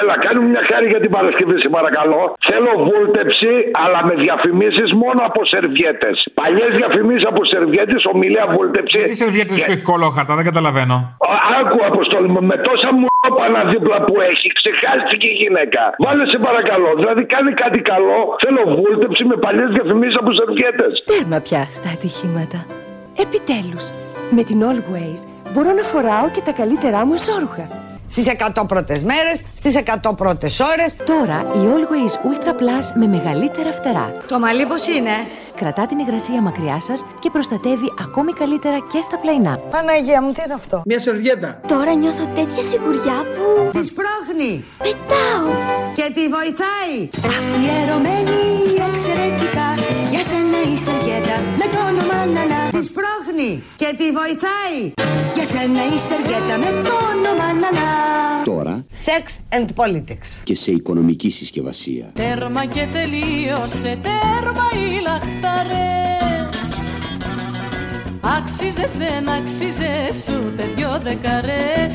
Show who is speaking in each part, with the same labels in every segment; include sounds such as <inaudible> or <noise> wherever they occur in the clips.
Speaker 1: Έλα, κάνουμε μια χάρη για την Παρασκευή, σε παρακαλώ. Θέλω βούλτεψη, αλλά με διαφημίσεις μόνο από σερβιέτες. Παλιές διαφημίσεις από σερβιέτες, ομιλία βούλτεψη.
Speaker 2: Τι σερβιέτες
Speaker 1: Και-
Speaker 2: που έχει κολόχαρτα, δεν καταλαβαίνω.
Speaker 1: Άκου αποστολή μου, με τόσα μου πάνω δίπλα που έχει, ξεχάστηκε η γυναίκα. Βάλε σε παρακαλώ, δηλαδή κάνει κάτι καλό. Θέλω βούλτεψη με παλιές διαφημίσεις από σερβιέτες.
Speaker 3: Τέρμα πια στα ατυχήματα. Επιτέλους, με την Always μπορώ να φοράω και τα καλύτερά μου εσόρουχα.
Speaker 4: Στις 100 πρώτες μέρες, στις 100 πρώτες ώρες.
Speaker 3: Τώρα η Always Ultra Plus με μεγαλύτερα φτερά.
Speaker 4: Το μαλλί πώς είναι.
Speaker 3: Κρατά την υγρασία μακριά σας και προστατεύει ακόμη καλύτερα και στα πλαϊνά.
Speaker 4: Παναγία μου, τι είναι αυτό.
Speaker 5: Μια σερβιέτα.
Speaker 6: Τώρα νιώθω τέτοια σιγουριά που
Speaker 4: Τη σπρώχνει
Speaker 6: πετάω.
Speaker 4: και τη βοηθάει.
Speaker 6: Αφιερωμένη εξαιρετικά για σένα η σεργέτα με το όνομα Νανά.
Speaker 4: Τη σπρώχνει και τη βοηθάει.
Speaker 6: Για σένα η σεργέτα με το όνομα Νανά.
Speaker 7: Τώρα
Speaker 4: Sex and politics.
Speaker 7: και σε οικονομική συσκευασία.
Speaker 8: Τέρμα και τελείωσε, τέρμα οι λαχταρές Άξιζες δεν άξιζες ούτε δυο δεκαρές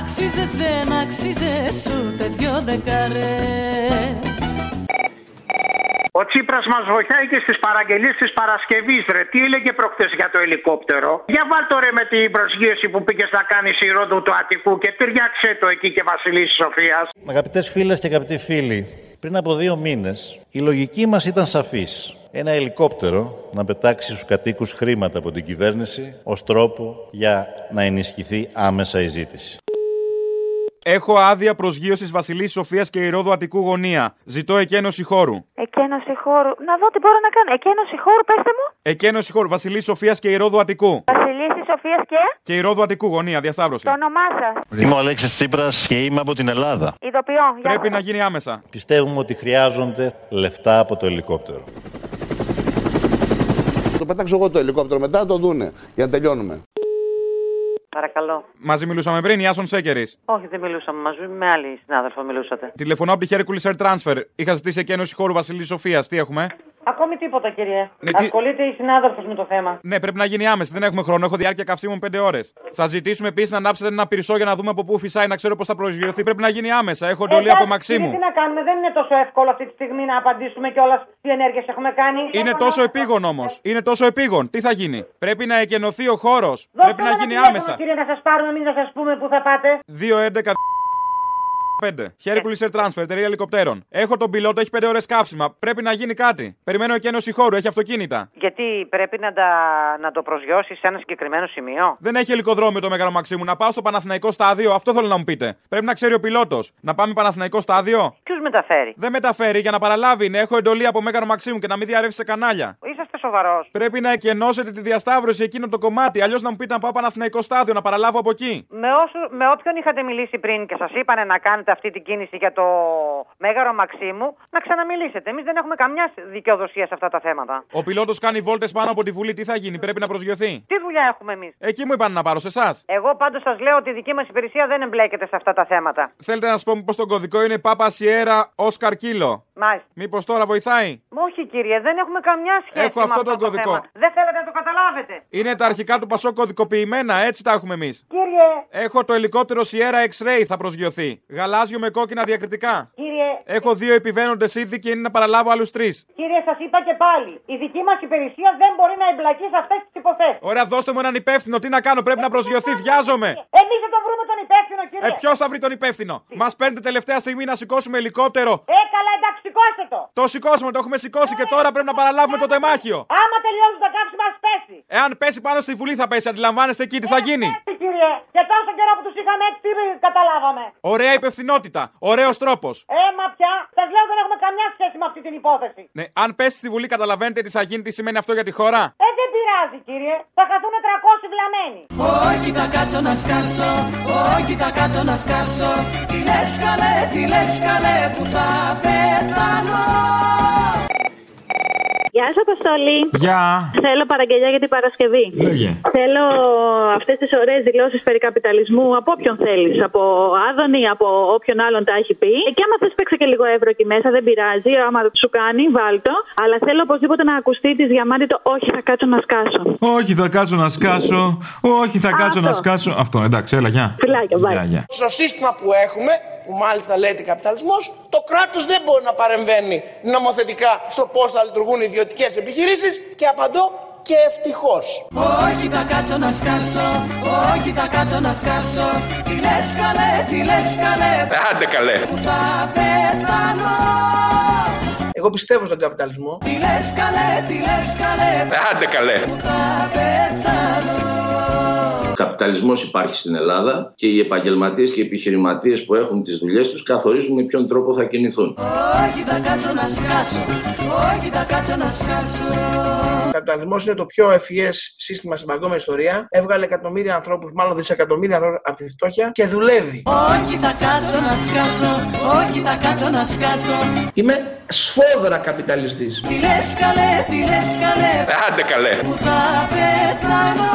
Speaker 8: Άξιζες δεν άξιζες ούτε δυο δεκαρές
Speaker 9: Ο Τσίπρας μας βοηθάει και στις παραγγελίες της Παρασκευής, ρε. Τι έλεγε προχθές για το ελικόπτερο. Για βάλτο ρε με την προσγείωση που πήγε να κάνει η Ρόδου του Αττικού και ταιριάξε το εκεί και Βασιλής Σοφίας.
Speaker 10: Αγαπητές φίλες και αγαπητοί φίλοι, πριν από δύο μήνες η λογική μας ήταν σαφής. Ένα ελικόπτερο να πετάξει στους κατοίκους χρήματα από την κυβέρνηση ως τρόπο για να ενισχυθεί άμεσα η ζήτηση.
Speaker 2: Έχω άδεια προσγείωσης Βασιλής Σοφίας και Ηρόδου Αττικού Γωνία. Ζητώ εκένωση χώρου.
Speaker 8: Εκένωση χώρου. Να δω τι μπορώ να κάνω. Εκένωση χώρου, πέστε μου.
Speaker 2: Εκένωση χώρου Βασιλής Σοφίας και Ηρόδου Αττικού.
Speaker 8: Βασιλίση Σοφίας και
Speaker 2: Και Ηρόδου Αττικού Γωνία, διασταύρωση.
Speaker 8: το όνομά σας.
Speaker 10: Είμαι ο Αλέξης Τσίπρας και είμαι από την Ελλάδα.
Speaker 8: Ειδοποιώ. Γεια
Speaker 2: Πρέπει
Speaker 8: σας.
Speaker 2: να γίνει άμεσα.
Speaker 10: Πιστεύουμε ότι χρειάζονται λεφτά από το ελικόπτερο.
Speaker 5: Το πετάξω εγώ το ελικόπτερο μετά, το δούνε. Για να τελειώνουμε.
Speaker 8: Παρακαλώ.
Speaker 2: Μαζί μιλούσαμε πριν, Ιάσον Σέκερης.
Speaker 8: Όχι, δεν μιλούσαμε μαζί. Με άλλη συνάδελφο μιλούσατε.
Speaker 2: Τηλεφωνώ από τη Hercules Air Transfer. Είχα ζητήσει εκένωση χώρου Βασιλής Σοφίας. Τι έχουμε.
Speaker 8: Ακόμη τίποτα, κύριε.
Speaker 2: Ναι, τι-
Speaker 8: Ασχολείται η συνάδελφος με το θέμα.
Speaker 2: Ναι, πρέπει να γίνει άμεση. Δεν έχουμε χρόνο. Έχω διάρκεια καυσίμων 5 ώρες. Θα ζητήσουμε επίσης να ανάψετε ένα πυρσό για να δούμε από πού φυσάει, να ξέρω πώς θα προσγειωθεί. Πρέπει να γίνει άμεσα. Έχω εντολή από
Speaker 8: Εντάξει,
Speaker 2: Μαξίμου.
Speaker 8: κύριε, Τι να κάνουμε, δεν είναι τόσο εύκολο αυτή τη στιγμή να απαντήσουμε κιόλας τι ενέργειες έχουμε Ε, κάνει.
Speaker 2: Είναι τόσο επίγον όμως. Είναι τόσο επίγον. Τι θα γίνει. Πρέπει να εκενωθεί ο χώρος.
Speaker 8: Δώστε
Speaker 2: Πρέπει να
Speaker 8: ένα
Speaker 2: γίνει
Speaker 8: τηλέφωνο,
Speaker 2: άμεσα.
Speaker 8: Κύριε, να σας πάρουμε, μην να σας πούμε πού θα πάτε.
Speaker 2: 2-11-5. Χέρκουλη Air Transfer, εταιρεία ελικοπτέρων. Έχω τον πιλότο, έχει 5 ώρες καύσιμα. Πρέπει να γίνει κάτι. Περιμένω εκένωση χώρου, έχει αυτοκίνητα.
Speaker 8: Γιατί πρέπει να, να το προσγειώσει σε ένα συγκεκριμένο σημείο.
Speaker 2: Δεν έχει ελικοδρόμιο το μεγάλο Μαξίμου. Να πάω στο Παναθηναϊκό στάδιο, αυτό θέλω να μου πείτε. Πρέπει να ξέρει ο πιλότος. Να πάμε Παναθηναϊκό στάδιο.
Speaker 8: Ποιου μεταφέρει.
Speaker 2: Δεν μεταφέρει για να παραλάβει. Είναι. Έχω εντολή από Μέγαρο Μαξίμου και να μην διαρρεύσει σε κανάλια.
Speaker 8: Είσαστε σοβαρός.
Speaker 2: Πρέπει να εκενώσετε τη διασταύρωση εκείνο το κομμάτι. Αλλιώς να μου πείτε να πάω Παναθηναϊκό στάδιο, να παραλάβω από εκεί.
Speaker 8: Με, όσου, με όποιον είχατε μιλήσει πριν και σας είπανε να κάνετε αυτή την κίνηση για το μέγαρο Μαξίμου, να ξαναμιλήσετε. Εμείς δεν έχουμε καμιά δικαιοδοσία σε αυτά τα θέματα.
Speaker 2: Ο πιλότος κάνει βόλτες πάνω από τη βουλή. Τι θα γίνει, πρέπει να προσγειωθεί.
Speaker 8: Τι δουλειά έχουμε εμείς.
Speaker 2: Εκεί μου είπαν να πάρω σε εσάς.
Speaker 8: Εγώ πάντως σας λέω ότι η δική μας υπηρεσία δεν εμπλέκεται σε αυτά τα θέματα.
Speaker 2: Θέλετε να σας πω μήπως τον κωδικό είναι Πάπα Σιέρα Όσκαρ Κίλο.
Speaker 8: Μάλιστα.
Speaker 2: Μήπως τώρα βοηθάει.
Speaker 8: Μα Όχι, κύριε, δεν έχουμε καμιά σχέση
Speaker 2: Έχω
Speaker 8: με
Speaker 2: αυτό
Speaker 8: αυτό,
Speaker 2: τον
Speaker 8: το
Speaker 2: κωδικό.
Speaker 8: θέμα. Δεν θέλετε να το καταλάβετε.
Speaker 2: Είναι τα αρχικά του Πασό κωδικοποιημένα, έτσι τα έχουμε εμείς.
Speaker 8: Κύριε,
Speaker 2: Έχω το ελικόπτερο Sierra X-Ray θα προσγειωθεί. Γαλάζιο με κόκκινα διακριτικά.
Speaker 8: κύριε,
Speaker 2: Έχω δύο επιβαίνοντες ήδη και είναι να παραλάβω άλλους τρεις.
Speaker 8: κύριε, σας είπα και πάλι. Η δική μας υπηρεσία δεν μπορεί να εμπλακεί σε αυτές τις υποθέσεις.
Speaker 2: Ωραία, δώστε μου έναν υπεύθυνο. Τι να κάνω, πρέπει να προσγειωθεί. Βιάζομαι.
Speaker 8: Εμείς δεν τον βρούμε τον υπεύθυνο, κύριε.
Speaker 2: Ε, ποιος θα βρει τον υπεύθυνο. Μας παίρνετε τελευταία στιγμή να σηκώσουμε ελικόπτερο.
Speaker 8: Ε, καλά, εντάξει, σηκώστε το. Ε,
Speaker 2: Το σηκώσουμε, το έχουμε σηκώσει και τώρα πρέπει να παραλάβουμε το τεμάχιο.
Speaker 8: Άμα τελειώσει το κάψιμο, ας πέσει.
Speaker 2: Εάν πέσει πάνω στη βουλή θα πέσει, αντιλαμβάνεστε εκεί τι θα γίνει.
Speaker 8: Ε, κύριε, και τόσο καιρό που τους είχαμε έτσι, τι καταλάβαμε.
Speaker 2: Ωραία υπευθυνότητα. Ωραίος τρόπος.
Speaker 8: Έμα πια, σας λέω δεν έχουμε καμιά σχέση με αυτή την υπόθεση.
Speaker 2: Ναι, αν πέσει στη Βουλή, καταλαβαίνετε τι θα γίνει, τι σημαίνει αυτό για τη χώρα.
Speaker 8: Ε, δεν πειράζει, κύριε. Θα χαθούν 300 βλαμμένοι. Όχι, θα κάτσω να σκάσω. Όχι, θα κάτσω να σκάσω. Τι λες, καλέ, τι λες, καλέ, που θα πεθάνω. Γεια σας, Αποστολή.
Speaker 2: Γεια.
Speaker 8: Θέλω παραγγελιά για την Παρασκευή.
Speaker 11: Ναι.
Speaker 2: Λέγε.
Speaker 8: Θέλω αυτές τις ωραίες δηλώσεις περί καπιταλισμού από όποιον θέλεις. Από Άδωνη, από όποιον άλλον τα έχει πει. Ε, Και άμα θες, παίξε και λίγο ευρώ εκεί μέσα, δεν πειράζει. Άμα σου κάνει, βάλτο. Αλλά θέλω οπωσδήποτε να ακουστεί της διαμάντη το Όχι, θα κάτσω να σκάσω.
Speaker 2: Όχι, θα κάτσω να σκάσω. Όχι, θα κάτσω να σκάσω. Αυτό, εντάξει, έλα, γεια.
Speaker 8: Φιλάκια,
Speaker 2: Γεια, γεια.
Speaker 12: Στο σύστημα που έχουμε, που μάλιστα λέγεται καπιταλισμός, το κράτος δεν μπορεί να παρεμβαίνει νομοθετικά στο πώς θα λειτουργούν οι ιδιωτικές επιχειρήσεις και απαντώ και ευτυχώς.
Speaker 13: Όχι θα κάτσω να σκάσω, όχι θα κάτσω να σκάσω Τι λες καλέ, τι λες καλέ,
Speaker 14: Άντε καλέ.
Speaker 13: που θα πεθάνω
Speaker 12: Εγώ πιστεύω στον καπιταλισμό.
Speaker 13: Τι λες καλέ, τι λες καλέ,
Speaker 14: Άντε καλέ.
Speaker 13: που θα πεθάνω
Speaker 15: Καπιταλισμός υπάρχει στην Ελλάδα και οι επαγγελματίες και οι επιχειρηματίες που έχουν τις δουλειές τους καθορίζουν με ποιον τρόπο θα κινηθούν.
Speaker 13: Όχι θα κάτσω να σκάσω, όχι θα κάτσω να σκάσω
Speaker 12: Ο καπιταλισμός είναι το πιο ευφυές σύστημα στην παγκόσμια ιστορία. Έβγαλε εκατομμύρια ανθρώπους, μάλλον δισεκατομμύρια ανθρώπους από τη φτώχεια και δουλεύει.
Speaker 13: Όχι θα κάτσω να σκάσω, όχι θα κάτσω να σκάσω
Speaker 12: Είμαι σφόδρα καπιταλιστής.
Speaker 13: Τι λες καλέ, τι λες καλέ,
Speaker 14: Άντε καλέ.
Speaker 13: που θα πεθάνω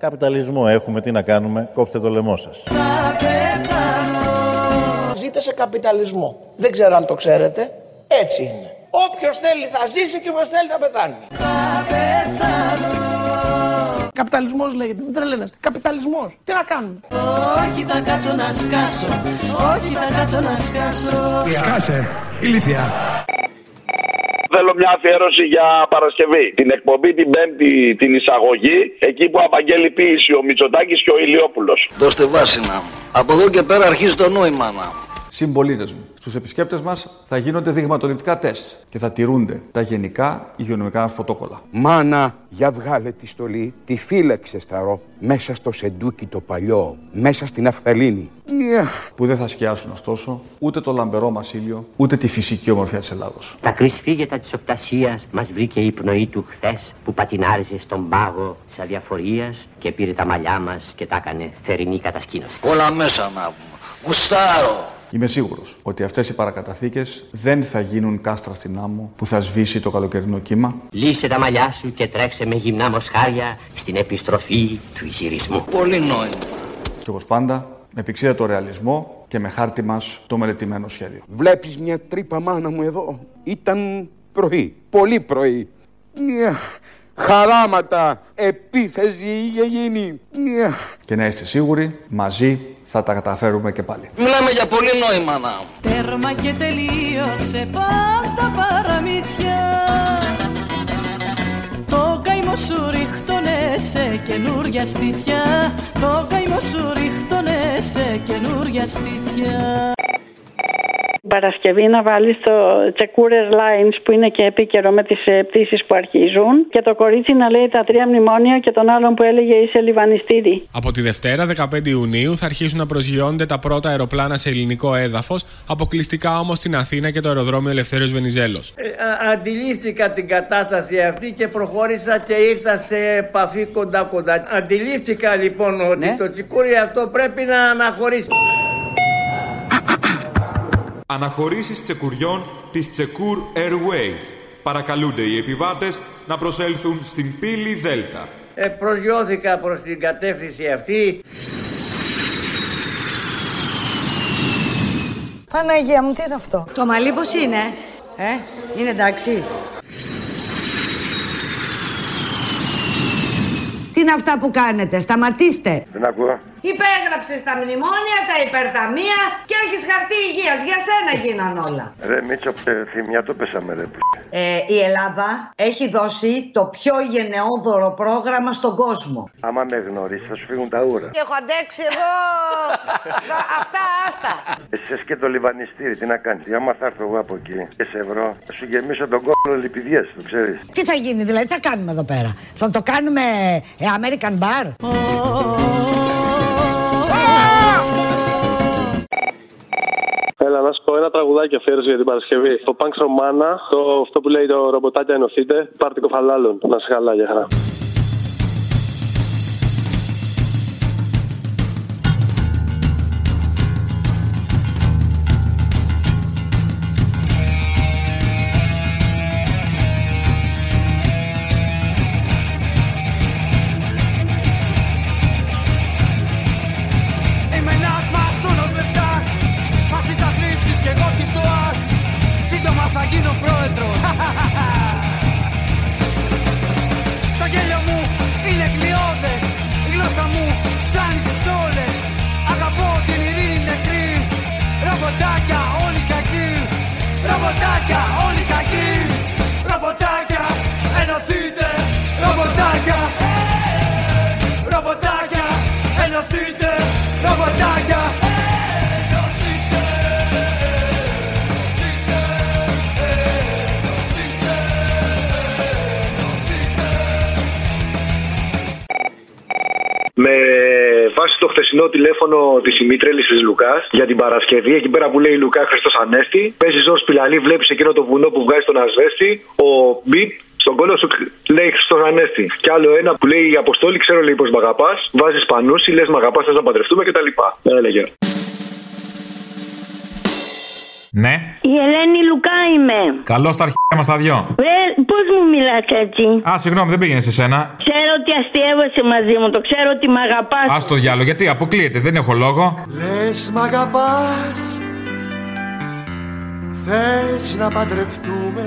Speaker 16: Καπιταλισμό έχουμε, τι να κάνουμε, κόψτε το λαιμό σας.
Speaker 13: Θα πεθάνω
Speaker 12: Ζείτε σε καπιταλισμό. Δεν ξέρω αν το ξέρετε. Έτσι είναι. Όποιος θέλει θα ζήσει και όποιος θέλει θα πεθάνει.
Speaker 13: Θα πεθάνω
Speaker 12: Καπιταλισμός λέγεται, μην τρελαίνεστε. Καπιταλισμός. Τι να κάνουμε.
Speaker 13: Όχι θα κάτσω να σκάσω Όχι θα κάτσω να σκάσω
Speaker 17: Σκάσε, ηλίθεια.
Speaker 18: Θέλω μια αφιέρωση για Παρασκευή. Την εκπομπή την Πέμπτη, την εισαγωγή, εκεί που απαγγέλει ποιήση ο Μητσοτάκης και ο Ηλιόπουλος.
Speaker 19: Δώστε βάσινα. Από εδώ και πέρα αρχίζει το νόημα να.
Speaker 2: Συμπολίτες μου, στους επισκέπτες μας θα γίνονται δειγματοληπτικά τεστ και θα τηρούνται τα γενικά υγειονομικά μα πρωτόκολλα.
Speaker 20: Μάνα, για βγάλε τη στολή, τη φύλαξε σταρό, μέσα στο σεντούκι το παλιό, μέσα στην αυθαλήνη.
Speaker 2: Που δεν θα σκιάσουν ωστόσο ούτε το λαμπερό μα ήλιο, ούτε τη φυσική ομορφιά της Ελλάδος.
Speaker 21: Τα κρυσφύγετα της οπτασίας μας βρήκε η πνοή του χθες που πατινάριζε στον πάγο της αδιαφορίας και πήρε τα μαλλιά μας και τα έκανε θερινή κατασκήνωση.
Speaker 19: Όλα μέσα να πούμε. Γουστάρω.
Speaker 2: Είμαι σίγουρος ότι αυτές οι παρακαταθήκες δεν θα γίνουν κάστρα στην άμμο που θα σβήσει το καλοκαιρινό κύμα.
Speaker 21: Λύσε τα μαλλιά σου και τρέξε με γυμνά μοσχάρια στην επιστροφή του γυρισμού.
Speaker 19: Πολύ νόημα.
Speaker 2: Και όπως πάντα, με πηξίδα το ρεαλισμό και με χάρτη μας το μελετημένο σχέδιο.
Speaker 20: Βλέπεις μια τρύπα μάνα μου εδώ. Ήταν πρωί, πολύ πρωί. Νια. Χαράματα, επίθεση είχε γίνει. Νια.
Speaker 2: Και να είστε σίγουροι, μαζί θα τα καταφέρουμε και πάλι.
Speaker 19: Μιλάμε για πολύ νόημα να.
Speaker 13: Τέρμα και τελείωσε πάντα παραμύθια Το καημό σου ρίχτωνε σε καινούρια στήθια Το καημό σου ρίχτωνε σε καινούρια στήθια
Speaker 3: Παρασκευή να βάλεις το Τσεκούρε Lines που είναι και επίκαιρο με τις πτήσεις που αρχίζουν. Και το κορίτσι να λέει τα τρία μνημόνια και τον άλλον που έλεγε είσαι λιβανιστήρι.
Speaker 22: Από τη Δευτέρα, 15 Ιουνίου, θα αρχίσουν να προσγειώνονται τα πρώτα αεροπλάνα σε ελληνικό έδαφος, αποκλειστικά όμως στην Αθήνα και το αεροδρόμιο Ελευθέρω Βενιζέλος.
Speaker 23: Ε, α- αντιλήφθηκα την κατάσταση αυτή και προχώρησα και ήρθα σε επαφή κοντά κοντά. Αντιλήφθηκα λοιπόν ότι το τσικούρι αυτό πρέπει να αναχωρήσει.
Speaker 2: Αναχωρήσεις τσεκουριών της Τσεκούρ Airways. Παρακαλούνται οι επιβάτες να προσέλθουν στην πύλη Δέλτα.
Speaker 23: Ε, προσγειώθηκα προς την κατεύθυνση αυτή.
Speaker 4: Παναγία μου, τι είναι αυτό. Το μαλλί πώς είναι. Ε, είναι εντάξει. Τι είναι αυτά που κάνετε, σταματήστε.
Speaker 1: Δεν ακούω.
Speaker 4: Υπέγραψες τα μνημόνια, τα υπερταμεία και έχεις χαρτί υγείας. Για σένα γίναν όλα.
Speaker 1: Ρε Μίτσο, ε, θυμιά το πέσαμε ρε. π***.
Speaker 4: Ε, η Ελλάδα έχει δώσει το πιο γενναιόδωρο πρόγραμμα στον κόσμο.
Speaker 1: Άμα με γνωρίσεις θα σου φύγουν τα ούρα.
Speaker 4: Έχω αντέξει <laughs> εγώ. Αυτά άστα.
Speaker 1: Εσείς και το λιβανιστήρι, τι να κάνεις. Για άμα θα έρθω εγώ από εκεί και σε ευρώ, θα σου γεμίσω τον κόμπλο λιπηδιές, το ξέρεις.
Speaker 4: Τι θα γίνει, δηλαδή, τι θα κάνουμε εδώ πέρα. Θα το κάνουμε ε, American Bar.
Speaker 11: Έλα, να σου πω ένα τραγουδάκι αφιέρωση για την Παρασκευή. Το Punks from Mana, το, αυτό που λέει το ρομποτάκια ενωθείτε, πάρτε κοφαλάλων. Να σε καλά, για χαρά.
Speaker 1: χθεσινό τηλέφωνο της Ημίτρελη της Λουκάς για την Παρασκευή. Εκεί πέρα που λέει Λουκά Χριστός Ανέστη. Παίζεις ζώο πιλαλή, βλέπεις εκείνο το βουνό που βγάζει τον ασβέστη. Ο Μπιπ στον κόλλο σου λέει Χριστός Ανέστη. Και άλλο ένα που λέει Αποστόλη, ξέρω λέει πως μ' αγαπάς. Βάζεις πανούση, λες μ' αγαπάς, θες να παντρευτούμε κτλ. Έλεγε.
Speaker 2: Ναι.
Speaker 8: Η Ελένη Λουκά είμαι.
Speaker 2: Καλό στα αρχαία μας τα δυο.
Speaker 8: Ρε, πώς μου μιλάς έτσι.
Speaker 2: Α, συγγνώμη, δεν πήγαινε σε σένα.
Speaker 8: Ξέρω ότι αστείευεσαι μαζί μου, το ξέρω ότι με αγαπάς.
Speaker 2: Ας το διάλογο, γιατί αποκλείεται, δεν έχω λόγο.
Speaker 24: Λες μ' αγαπάς Θες να παντρευτούμε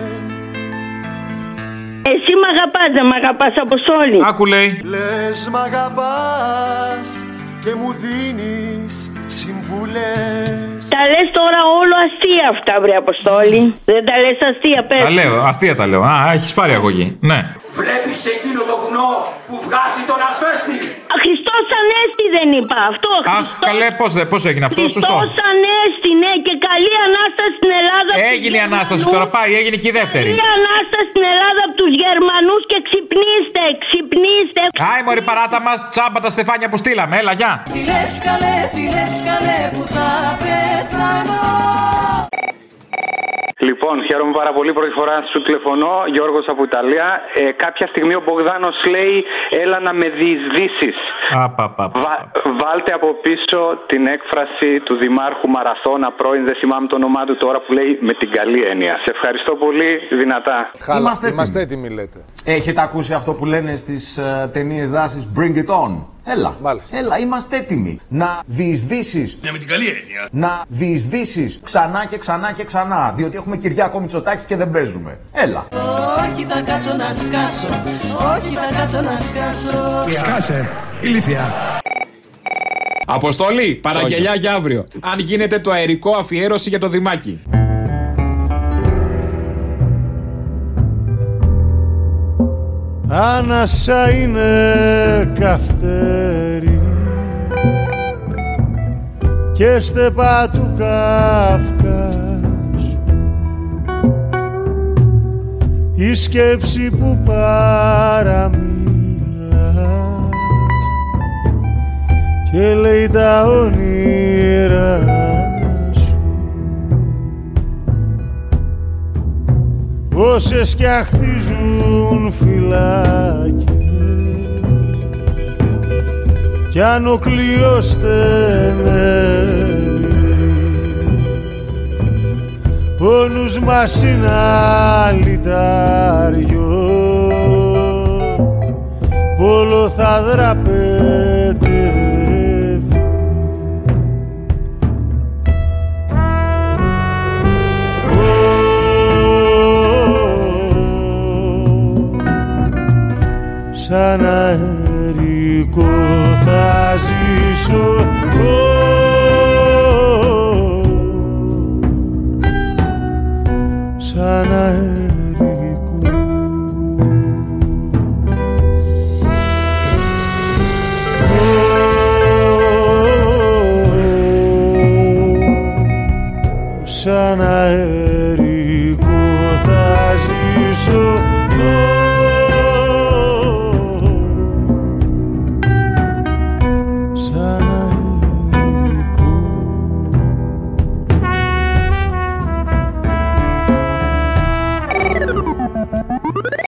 Speaker 8: Εσύ με αγαπάς, δεν με αγαπάς από όλοι.
Speaker 2: Άκου λέει.
Speaker 24: Λες μ' αγαπάς Και μου δίνεις συμβουλές
Speaker 8: Τα λες τώρα όλο αστεία αυτά, βρε Αποστόλη. Δεν τα λες αστεία, πες.
Speaker 2: Τα λέω, αστεία τα λέω. Α, έχεις πάρει αγωγή. Ναι.
Speaker 25: Βλέπεις εκείνο το βουνό που βγάζει τον ασβέστη.
Speaker 8: Α, Χριστός Ανέστη δεν είπα, αυτό.
Speaker 2: Αχ, καλέ, πώς πώς έγινε αυτό, σωστό.
Speaker 8: Χριστός Ανέστη, ναι, και καλή Ανάσταση στην Ελλάδα. από τους
Speaker 2: Έγινε η Ανάσταση,
Speaker 8: Γερμανούς.
Speaker 2: τώρα πάει, έγινε και η δεύτερη.
Speaker 8: Καλή Ανάσταση στην Ελλάδα από τους Γερμανούς και ξυπνήστε, ξυπνήστε.
Speaker 2: Άι, μωρή παράτα μας, τσάμπα τα στεφάνια που στείλαμε, έλα, γεια.
Speaker 13: Τι λες καλέ, τι λες καλέ που θα πεθάνω
Speaker 26: Λοιπόν, χαίρομαι πάρα πολύ. Πρώτη φορά σου τηλεφωνώ, Γιώργος από Ιταλία. Ε, κάποια στιγμή ο Μπογδάνος λέει: Έλα να με διεισδύσεις. Βα, βάλτε από πίσω την έκφραση του Δημάρχου Μαραθώνα πρώην, δεν θυμάμαι το όνομά του τώρα, που λέει με την καλή ε». έννοια. Σε ευχαριστώ πολύ, δυνατά.
Speaker 4: Είμαστε, είμαστε έτοιμοι, λέτε. Έχετε ακούσει αυτό που λένε στις ε, ταινίες δράσης Bring it on. Έλα, έλα, είμαστε έτοιμοι να διεισδύσεις.
Speaker 27: Ναι, με την καλή έννοια.
Speaker 4: Να διεισδύσεις ξανά και ξανά και ξανά. Διότι έχουμε Κυριάκο Μητσοτάκη και δεν παίζουμε. Έλα.
Speaker 13: Όχι θα κάτσω να σκάσω, όχι θα κάτσω να σκάσω
Speaker 28: Σκάσε, ηλίθεια.
Speaker 2: Αποστολή, παραγγελιά
Speaker 28: Σόγιο.
Speaker 2: για αύριο. Αν γίνεται το αερικό αφιέρωση για το Δημάκι.
Speaker 16: Άνασα είναι καυτέρι και στεπά του Καυκάσου η σκέψη που παραμίλα και λέει τα όνειρα σου όσες κι αχτίζουν φυλάκια κι αν ο κλειός στενεύει ο νους μας είναι αλυτάριο πόλο θα δραπετεύει σαν αερικό θα ζήσω Ω, σαν αερικό Ω, σαν αερικό